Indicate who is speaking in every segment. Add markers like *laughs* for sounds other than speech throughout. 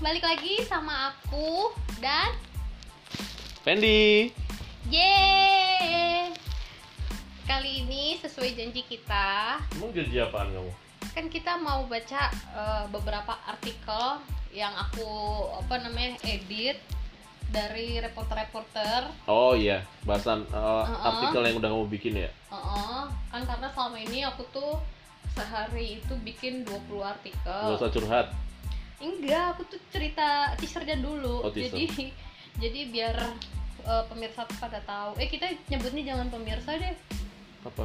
Speaker 1: balik lagi sama aku dan
Speaker 2: Fendi.
Speaker 1: Yeay. Kali ini sesuai janji kita,
Speaker 2: Emang jadi apaan kamu?
Speaker 1: kan kita mau baca eh, beberapa artikel yang aku apa namanya edit dari reporter-reporter.
Speaker 2: Oh iya, bahasan eh,
Speaker 1: Uh-uh.
Speaker 2: artikel yang udah kamu bikin ya.
Speaker 1: Heeh. Kan karena selama ini aku tuh sehari itu bikin 20 artikel.
Speaker 2: Gak usah curhat.
Speaker 1: Enggak, aku tuh cerita teasernya dulu.
Speaker 2: Oh, teaser.
Speaker 1: Jadi *laughs* jadi biar eh, pemirsa tuh pada tahu. Eh kita nyebutnya jangan pemirsa deh.
Speaker 2: Apa?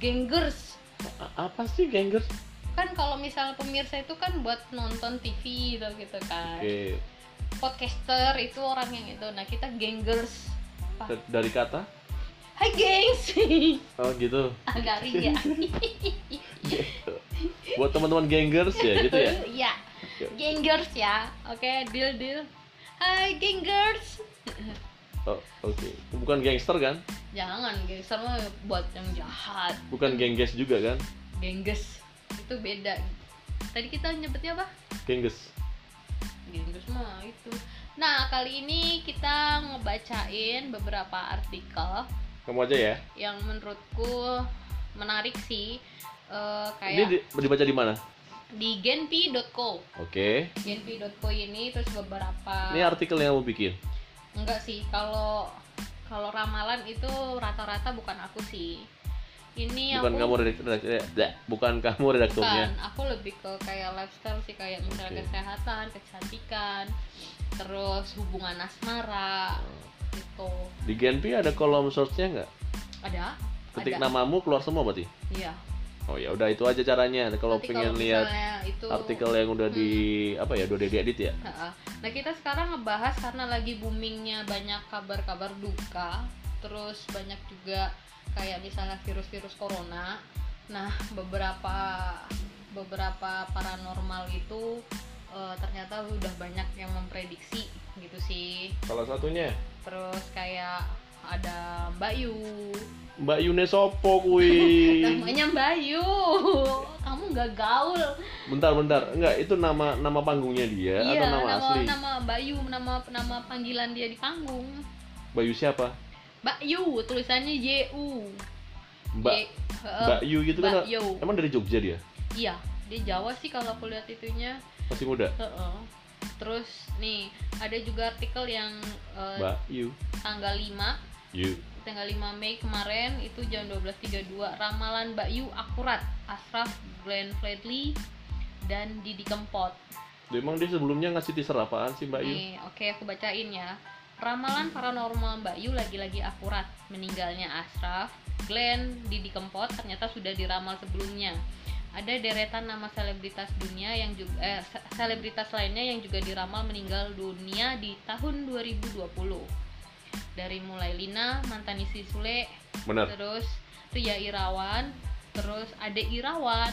Speaker 1: Gengers.
Speaker 2: A- apa sih gengger?
Speaker 1: Kan kalau misalnya pemirsa itu kan buat nonton TV gitu gitu kan.
Speaker 2: Oke,
Speaker 1: Podcaster itu orang yang itu. Nah, kita gengers.
Speaker 2: d- dari kata?
Speaker 1: Hai gengs. *laughs*
Speaker 2: Oh gitu. *laughs*
Speaker 1: Agak ria.
Speaker 2: Buat teman-teman gengers ya, gitu ya.
Speaker 1: Iya. Gengers ya. Oke, deal deal. Hai gengers.
Speaker 2: Oh, Oke, bukan gangster kan?
Speaker 1: Jangan gengser mah buat yang jahat.
Speaker 2: Bukan gengges juga kan?
Speaker 1: Gengges itu beda. Tadi kita nyebutnya apa?
Speaker 2: Gengges.
Speaker 1: Gengges mah itu. Nah, kali ini kita ngebacain beberapa artikel
Speaker 2: Kamu aja ya.
Speaker 1: yang menurutku menarik sih. Eh,
Speaker 2: Ini
Speaker 1: kayak
Speaker 2: di- dibaca di mana?
Speaker 1: di genpi.co.
Speaker 2: Oke.
Speaker 1: genpi.co ini terus beberapa
Speaker 2: Ini artikel yang kamu bikin.
Speaker 1: enggak sih kalau kalau ramalan itu rata-rata bukan aku sih. Ini Iya,
Speaker 2: Bukan
Speaker 1: aku
Speaker 2: kamu redaktur, bukan kamu redakturnya.
Speaker 1: Bukan, aku lebih ke kayak lifestyle sih kayak misalnya
Speaker 2: ya. Oke.
Speaker 1: kesehatan, kecantikan, terus hubungan asmara
Speaker 2: Oh.
Speaker 1: gitu.
Speaker 2: Di Genpi ada kolom source-nya nggak?
Speaker 1: Ada?
Speaker 2: Ketik
Speaker 1: ada.
Speaker 2: namamu keluar semua berarti.
Speaker 1: Iya.
Speaker 2: Oh ya udah itu aja caranya. Kalau
Speaker 1: Nanti
Speaker 2: pengen lihat
Speaker 1: misalnya itu Hmm.
Speaker 2: artikel yang udah di apa ya udah diedit ya.
Speaker 1: Heeh. Nah, kita sekarang ngebahas karena lagi boomingnya banyak kabar-kabar duka, terus banyak juga kayak misalnya virus-virus corona. Nah, beberapa beberapa paranormal itu eh, ternyata udah banyak yang memprediksi gitu sih.
Speaker 2: Salah satunya
Speaker 1: terus kayak ada Mbak Yu
Speaker 2: Mbak Yune Sopo kui.
Speaker 1: *laughs* namanya Mbak Yu kamu nggak gaul
Speaker 2: bentar bentar enggak itu nama nama panggungnya dia atau Ya, nama,
Speaker 1: Iya, nama
Speaker 2: asli
Speaker 1: nama Mbak Yu nama nama panggilan dia di panggung
Speaker 2: Bayu siapa
Speaker 1: Mbak Yu tulisannya Y U
Speaker 2: Mbak
Speaker 1: Y- heeh,
Speaker 2: Mbak Yu gitu
Speaker 1: eh, Mbak
Speaker 2: kan
Speaker 1: Yu
Speaker 2: emang dari Jogja dia
Speaker 1: iya dia Jawa sih kalau aku lihat itunya
Speaker 2: masih muda
Speaker 1: Heeh. terus nih ada juga artikel yang eh,
Speaker 2: Mbak Yu
Speaker 1: tanggal 5
Speaker 2: Yu
Speaker 1: tanggal 5 Mei kemarin itu jam 12.32 ramalan Mbak Yu akurat Ashraf Glenn Fredly dan Didi Kempot
Speaker 2: emang dia sebelumnya ngasih teaser apaan sih Mbak Yu
Speaker 1: nih oke aku bacain ya ramalan paranormal Mbak Yu lagi-lagi akurat meninggalnya Ashraf Glenn Didi Kempot ternyata sudah diramal sebelumnya ada deretan nama selebritas dunia yang juga eh, se- selebritas lainnya yang juga diramal meninggal dunia di tahun 2020 dari mulai Lina mantan istri Sule
Speaker 2: benar
Speaker 1: terus Ria Irawan, terus Ade Irawan,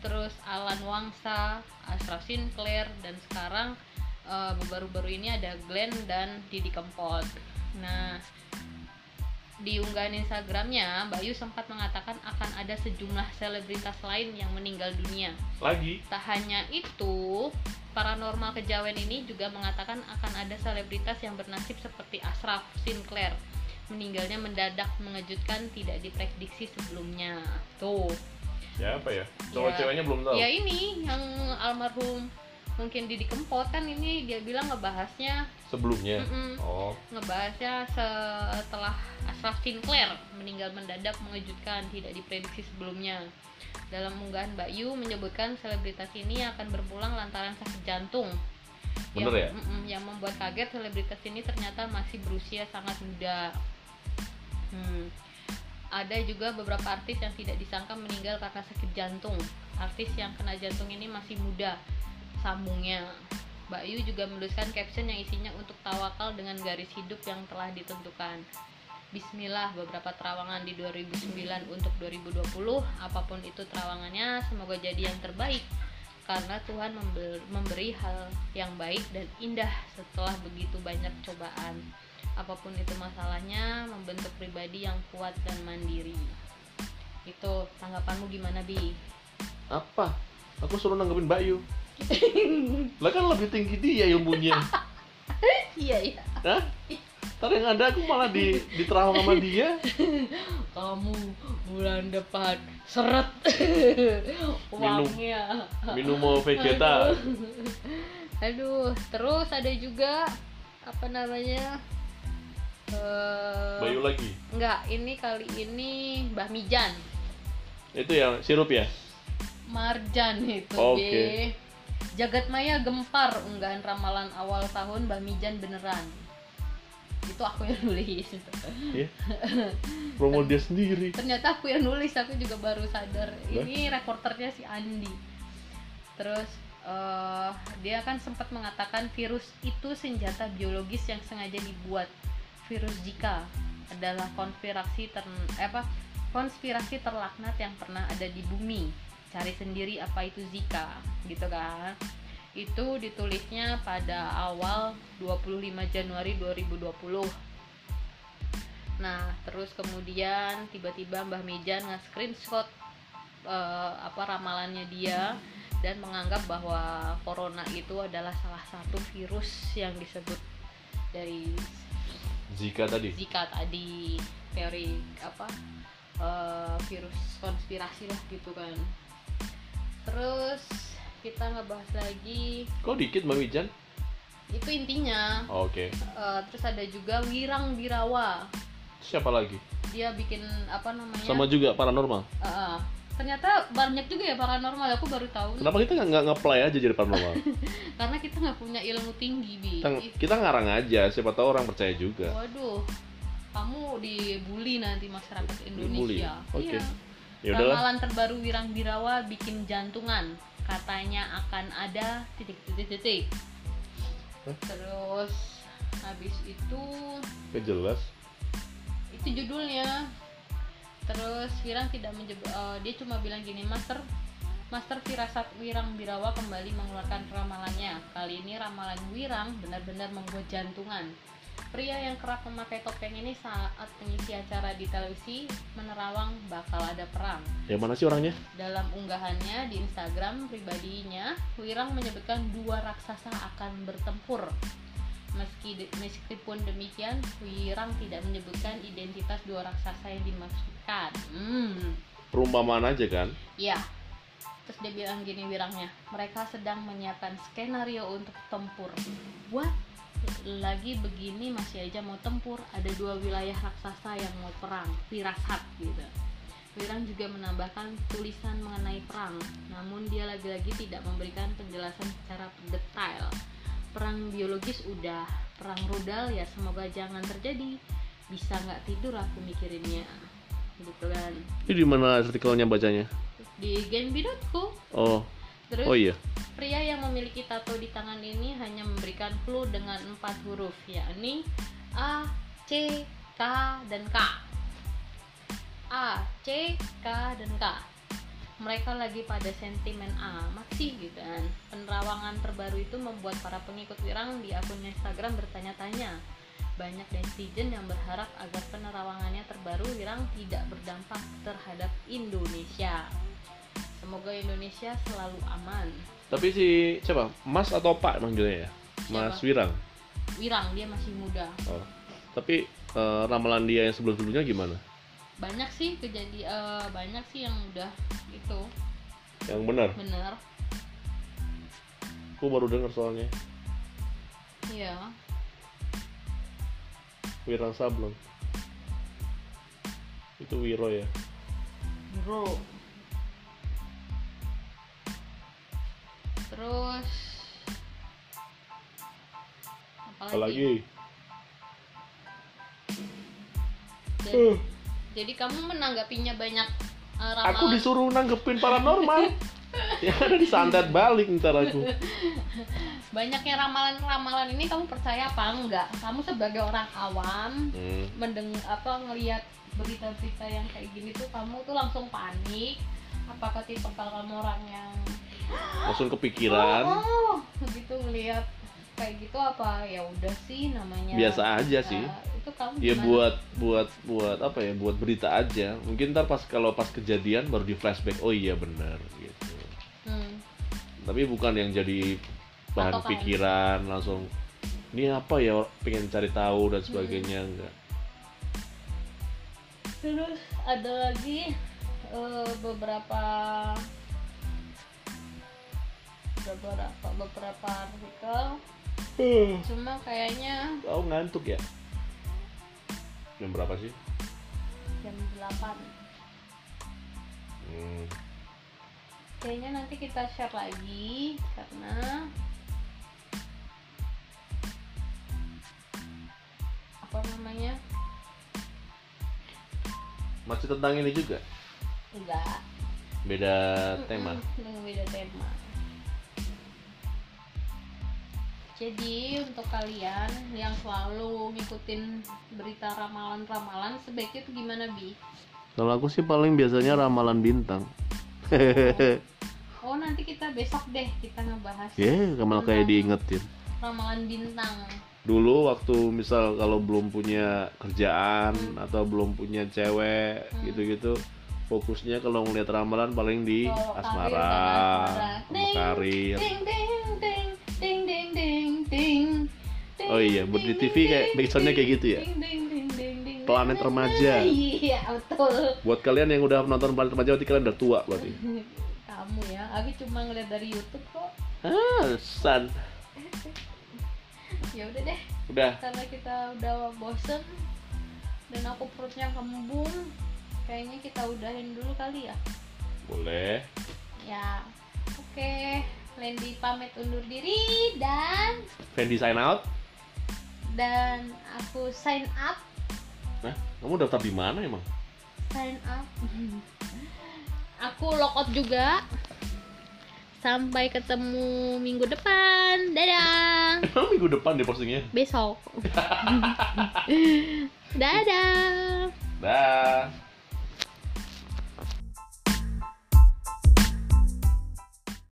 Speaker 1: terus Alan Wangsa, Ashraf Sinclair, dan sekarang eh, baru-baru ini ada Glenn dan Didi Kempot. Nah, di unggahan Instagramnya, Mbak Yu sempat mengatakan akan ada sejumlah selebritas lain yang meninggal dunia.
Speaker 2: lagi
Speaker 1: Tak hanya itu, paranormal kejawen ini juga mengatakan akan ada selebritas yang bernasib seperti Ashraf Sinclair. Meninggalnya mendadak mengejutkan tidak diprediksi sebelumnya. Tuh.
Speaker 2: siapa ya
Speaker 1: Cowok Iya.
Speaker 2: ceweknya belum tahu
Speaker 1: Ya ini yang almarhum mungkin Didi Kempot kan ini dia bilang ngebahasnya
Speaker 2: sebelumnya
Speaker 1: mm-mm,
Speaker 2: oh
Speaker 1: ngebahasnya setelah Ashraf Sinclair meninggal mendadak mengejutkan tidak diprediksi sebelumnya. Dalam unggahan Mbak Yu menyebutkan selebritas ini akan berpulang lantaran sakit jantung.
Speaker 2: Bener
Speaker 1: yang,
Speaker 2: ya?
Speaker 1: Mm-mm, yang membuat kaget selebritas ini ternyata masih berusia sangat muda. Hmm. Ada juga beberapa artis yang tidak disangka meninggal karena sakit jantung. Artis yang kena jantung ini masih muda. Sambungnya. Mbak Yu juga menuliskan caption yang isinya untuk tawakal dengan garis hidup yang telah ditentukan. Bismillah beberapa terawangan di 2009 untuk 2020 apapun itu terawangannya semoga jadi yang terbaik karena Tuhan membel- memberi hal yang baik dan indah setelah begitu banyak cobaan apapun itu masalahnya membentuk pribadi yang kuat dan mandiri itu tanggapanmu gimana bi *laughs*
Speaker 2: apa aku suruh nanggepin Mbak Yu Lah kan lebih tinggi dia ilmunya.
Speaker 1: iya iya
Speaker 2: Hah? Ntar yang ada aku malah di diterawang sama dia.
Speaker 1: kamu bulan depan
Speaker 2: *laughs*
Speaker 1: seret uangnya
Speaker 2: Minum mau vegeta.
Speaker 1: aduh terus ada juga apa namanya eh
Speaker 2: Bayu lagi.
Speaker 1: enggak ini kali ini Mbah Mijan
Speaker 2: Itu ya sirup ya.
Speaker 1: Marjan itu
Speaker 2: Oke.
Speaker 1: Be. Jagat Maya gempar unggahan ramalan awal tahun Mbah Mijan beneran itu aku yang *laughs* nulis
Speaker 2: Iya. Promo dia *laughs* sendiri.
Speaker 1: ternyata aku yang nulis aku juga baru sadar ini reporternya si Andi terus eh, dia kan sempat mengatakan virus itu senjata biologis yang sengaja dibuat virus Zika adalah konspirasi ter eh, apa konspirasi terlaknat yang pernah ada di bumi cari sendiri apa itu Zika gitu kan itu ditulisnya pada awal 25 Januari 2020 Nah, terus kemudian tiba-tiba Mbah Mijan nge-screenshot eh, apa ramalannya dia dan menganggap bahwa corona itu adalah salah satu virus yang disebut dari
Speaker 2: Zika tadi.
Speaker 1: Zika tadi teori apa eh, virus konspirasi lah gitu kan. Terus kita ngebahas lagi
Speaker 2: Kok dikit Mbak Wijan?
Speaker 1: itu intinya.
Speaker 2: Oke.
Speaker 1: Eh, terus ada juga Wirang Birawa.
Speaker 2: Siapa lagi?
Speaker 1: Dia bikin apa namanya?
Speaker 2: Sama juga paranormal.
Speaker 1: Heeh. ternyata banyak juga ya paranormal aku baru tahu
Speaker 2: Kenapa kita nggak nggak nge-play aja jadi paranormal?
Speaker 1: karena kita nggak punya ilmu tinggi bi
Speaker 2: Kita, kita ngarang aja, siapa tahu orang percaya juga.
Speaker 1: waduh kamu dibully nanti masyarakat
Speaker 2: Dibully?
Speaker 1: Indonesia
Speaker 2: Oke.
Speaker 1: iya
Speaker 2: Ya udahlah.
Speaker 1: ramalan terbaru Wirang Birawa bikin jantungan katanya akan ada titik titik titik
Speaker 2: Hah?
Speaker 1: terus habis itu
Speaker 2: Ya jelas.
Speaker 1: itu judulnya terus Wirang tidak menyebut dia cuma bilang gini master master firasat Wirang Birawa kembali mengeluarkan ramalannya kali ini ramalan Wirang benar-benar membuat jantungan pria yang kerap memakai topeng ini saat mengisi acara di televisi menerawang bakal ada perang
Speaker 2: Yang mana sih orangnya?
Speaker 1: dalam unggahannya di Instagram pribadinya, Wirang menyebutkan dua raksasa akan bertempur. Meski de- meskipun demikian, Wirang tidak menyebutkan identitas dua raksasa yang dimaksudkan. Hmm,
Speaker 2: Perumpamaan aja kan?
Speaker 1: ya. Terus dia bilang gini Wirangnya, mereka sedang menyiapkan skenario untuk tempur. What? Lagi begini masih aja mau tempur, ada dua wilayah raksasa yang mau perang, firasat gitu. Wirang juga menambahkan tulisan mengenai perang, namun dia lagi-lagi tidak memberikan penjelasan secara detail. Perang biologis udah, perang rudal ya semoga jangan terjadi. Bisa nggak tidur aku mikirinnya, gitu kan.
Speaker 2: Ini di mana artikelnya bacanya?
Speaker 1: Di genbi.co
Speaker 2: Oh,
Speaker 1: terus
Speaker 2: oh iya.
Speaker 1: pria yang memiliki tato di tangan ini hanya memberikan clue dengan empat huruf, yakni A, C, K, dan K. A, C, K, dan K. Mereka lagi pada sentimen amat sih gitu kan. Penerawangan terbaru itu membuat para pengikut Wirang di akunnya Instagram bertanya-tanya. Banyak netizen yang berharap agar penerawangannya terbaru Wirang tidak berdampak terhadap Indonesia. Semoga Indonesia selalu aman.
Speaker 2: Tapi si siapa? Mas atau Pak manggilnya ya? Mas
Speaker 1: Siapa?
Speaker 2: Wirang.
Speaker 1: Wirang dia masih muda.
Speaker 2: Oh. Tapi eh, ramalan dia yang sebelum-sebelumnya gimana?
Speaker 1: Banyak sih kejadian banyak sih yang udah itu
Speaker 2: Yang benar.
Speaker 1: bener.
Speaker 2: Aku baru dengar soalnya.
Speaker 1: Iya.
Speaker 2: Wirang Sablon. Itu Wiro ya.
Speaker 1: Bro. Terus apalagi?
Speaker 2: Apalagi.
Speaker 1: Jadi,
Speaker 2: Eh,
Speaker 1: jadi kamu menanggapinya banyak eh,
Speaker 2: aku
Speaker 1: ramalan.
Speaker 2: disuruh nanggepin paranormal.
Speaker 1: *laughs*
Speaker 2: yang ada disantet balik ntar aku.
Speaker 1: Banyaknya ramalan-ramalan ini kamu percaya apa enggak? Kamu sebagai orang awam
Speaker 2: Hmm.
Speaker 1: mendeng apa ngelihat berita-berita yang kayak gini tuh kamu tuh langsung panik apakah tipe kamu orang yang
Speaker 2: Langsung kepikiran.
Speaker 1: oh, oh, gitu ngelihat kayak gitu apa ya udah sih namanya
Speaker 2: Biasa aja sih.
Speaker 1: Eh, itu kamu
Speaker 2: Ya
Speaker 1: gimana?
Speaker 2: buat buat buat apa ya? Buat berita aja. Mungkin ntar pas kalau pas kejadian baru di flashback. Oh iya benar gitu.
Speaker 1: Hmm.
Speaker 2: tapi bukan yang jadi bahan
Speaker 1: Patokan.
Speaker 2: pikiran langsung ini apa ya pengen cari tahu
Speaker 1: Hmm.
Speaker 2: dan sebagainya enggak
Speaker 1: Terus ada lagi eh, beberapa beberapa beberapa artikel
Speaker 2: Hmm.
Speaker 1: cuma kayaknya
Speaker 2: tahu ngantuk ya jam berapa sih
Speaker 1: jam 8
Speaker 2: hmm.
Speaker 1: kayaknya nanti kita share lagi karena apa namanya
Speaker 2: masih tentang ini juga
Speaker 1: enggak
Speaker 2: beda tema
Speaker 1: Mm-mm, dengan beda tema jadi untuk kalian yang selalu ngikutin berita ramalan-ramalan sebaiknya itu gimana bi
Speaker 2: kalau aku sih paling biasanya ramalan bintang *laughs*
Speaker 1: oh nanti kita besok deh kita ngebahas
Speaker 2: ya malah kayak diingetin
Speaker 1: ramalan bintang
Speaker 2: dulu waktu misal kalau belum punya kerjaan atau belum punya cewek
Speaker 1: Hmm.
Speaker 2: gitu-gitu fokusnya kalau ngeliat ramalan paling di
Speaker 1: Kalau Oh, karir
Speaker 2: asmara,
Speaker 1: dan asmara.
Speaker 2: sama
Speaker 1: Ding,
Speaker 2: karir.
Speaker 1: ding ding ding ding ding ding ding
Speaker 2: Oh iya, buat di TV kayak backsoundnya kayak gitu ya?
Speaker 1: Ding, ding, ding, ding, ding,
Speaker 2: Planet
Speaker 1: ding,
Speaker 2: Remaja.
Speaker 1: ding. Iya betul.
Speaker 2: Buat kalian yang udah nonton Planet Remaja berarti kalian udah tua berarti.
Speaker 1: Kamu ya, aku cuma ngeliat dari YouTube kok.
Speaker 2: Ah, san.
Speaker 1: Ya udah deh,
Speaker 2: Udah.
Speaker 1: karena kita udah bosen dan aku perutnya kembung. Kayaknya kita udahin dulu kali ya.
Speaker 2: Boleh.
Speaker 1: Ya, oke. Lendi pamit undur diri dan
Speaker 2: Fendi sign out.
Speaker 1: dan aku sign up
Speaker 2: Nah, kamu daftar di mana emang? *laughs*
Speaker 1: sign up aku lokot juga sampai ketemu minggu depan dadah
Speaker 2: Emang minggu depan deh postingnya.
Speaker 1: besok dadah
Speaker 2: Dah.